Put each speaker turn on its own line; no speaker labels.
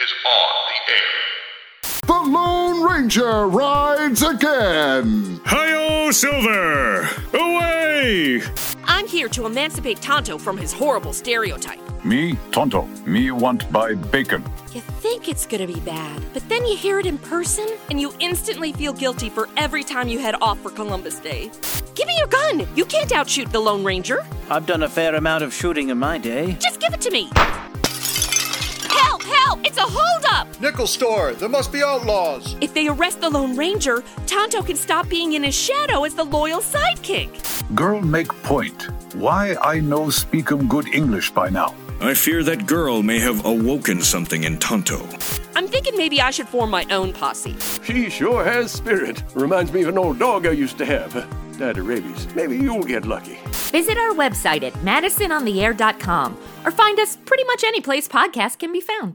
is on the air.
The Lone Ranger rides again.
Hi-yo, Silver! Away!
I'm here to emancipate Tonto from his horrible stereotype.
Me, Tonto. Me want buy bacon.
You think it's gonna be bad, but then you hear it in person, and you instantly feel guilty for every time you head off for Columbus Day. Give me your gun! You can't outshoot the Lone Ranger!
I've done a fair amount of shooting in my day.
Just give it to me! Help! Help! It's a holdup!
Nickel store, there must be outlaws.
If they arrest the Lone Ranger, Tonto can stop being in his shadow as the loyal sidekick.
Girl make point. Why I know speakum good English by now.
I fear that girl may have awoken something in Tonto.
I'm thinking maybe I should form my own posse.
She sure has spirit. Reminds me of an old dog I used to have. Died of rabies. Maybe you'll get lucky.
Visit our website at madisonontheair.com or find us pretty much any place podcasts can be found.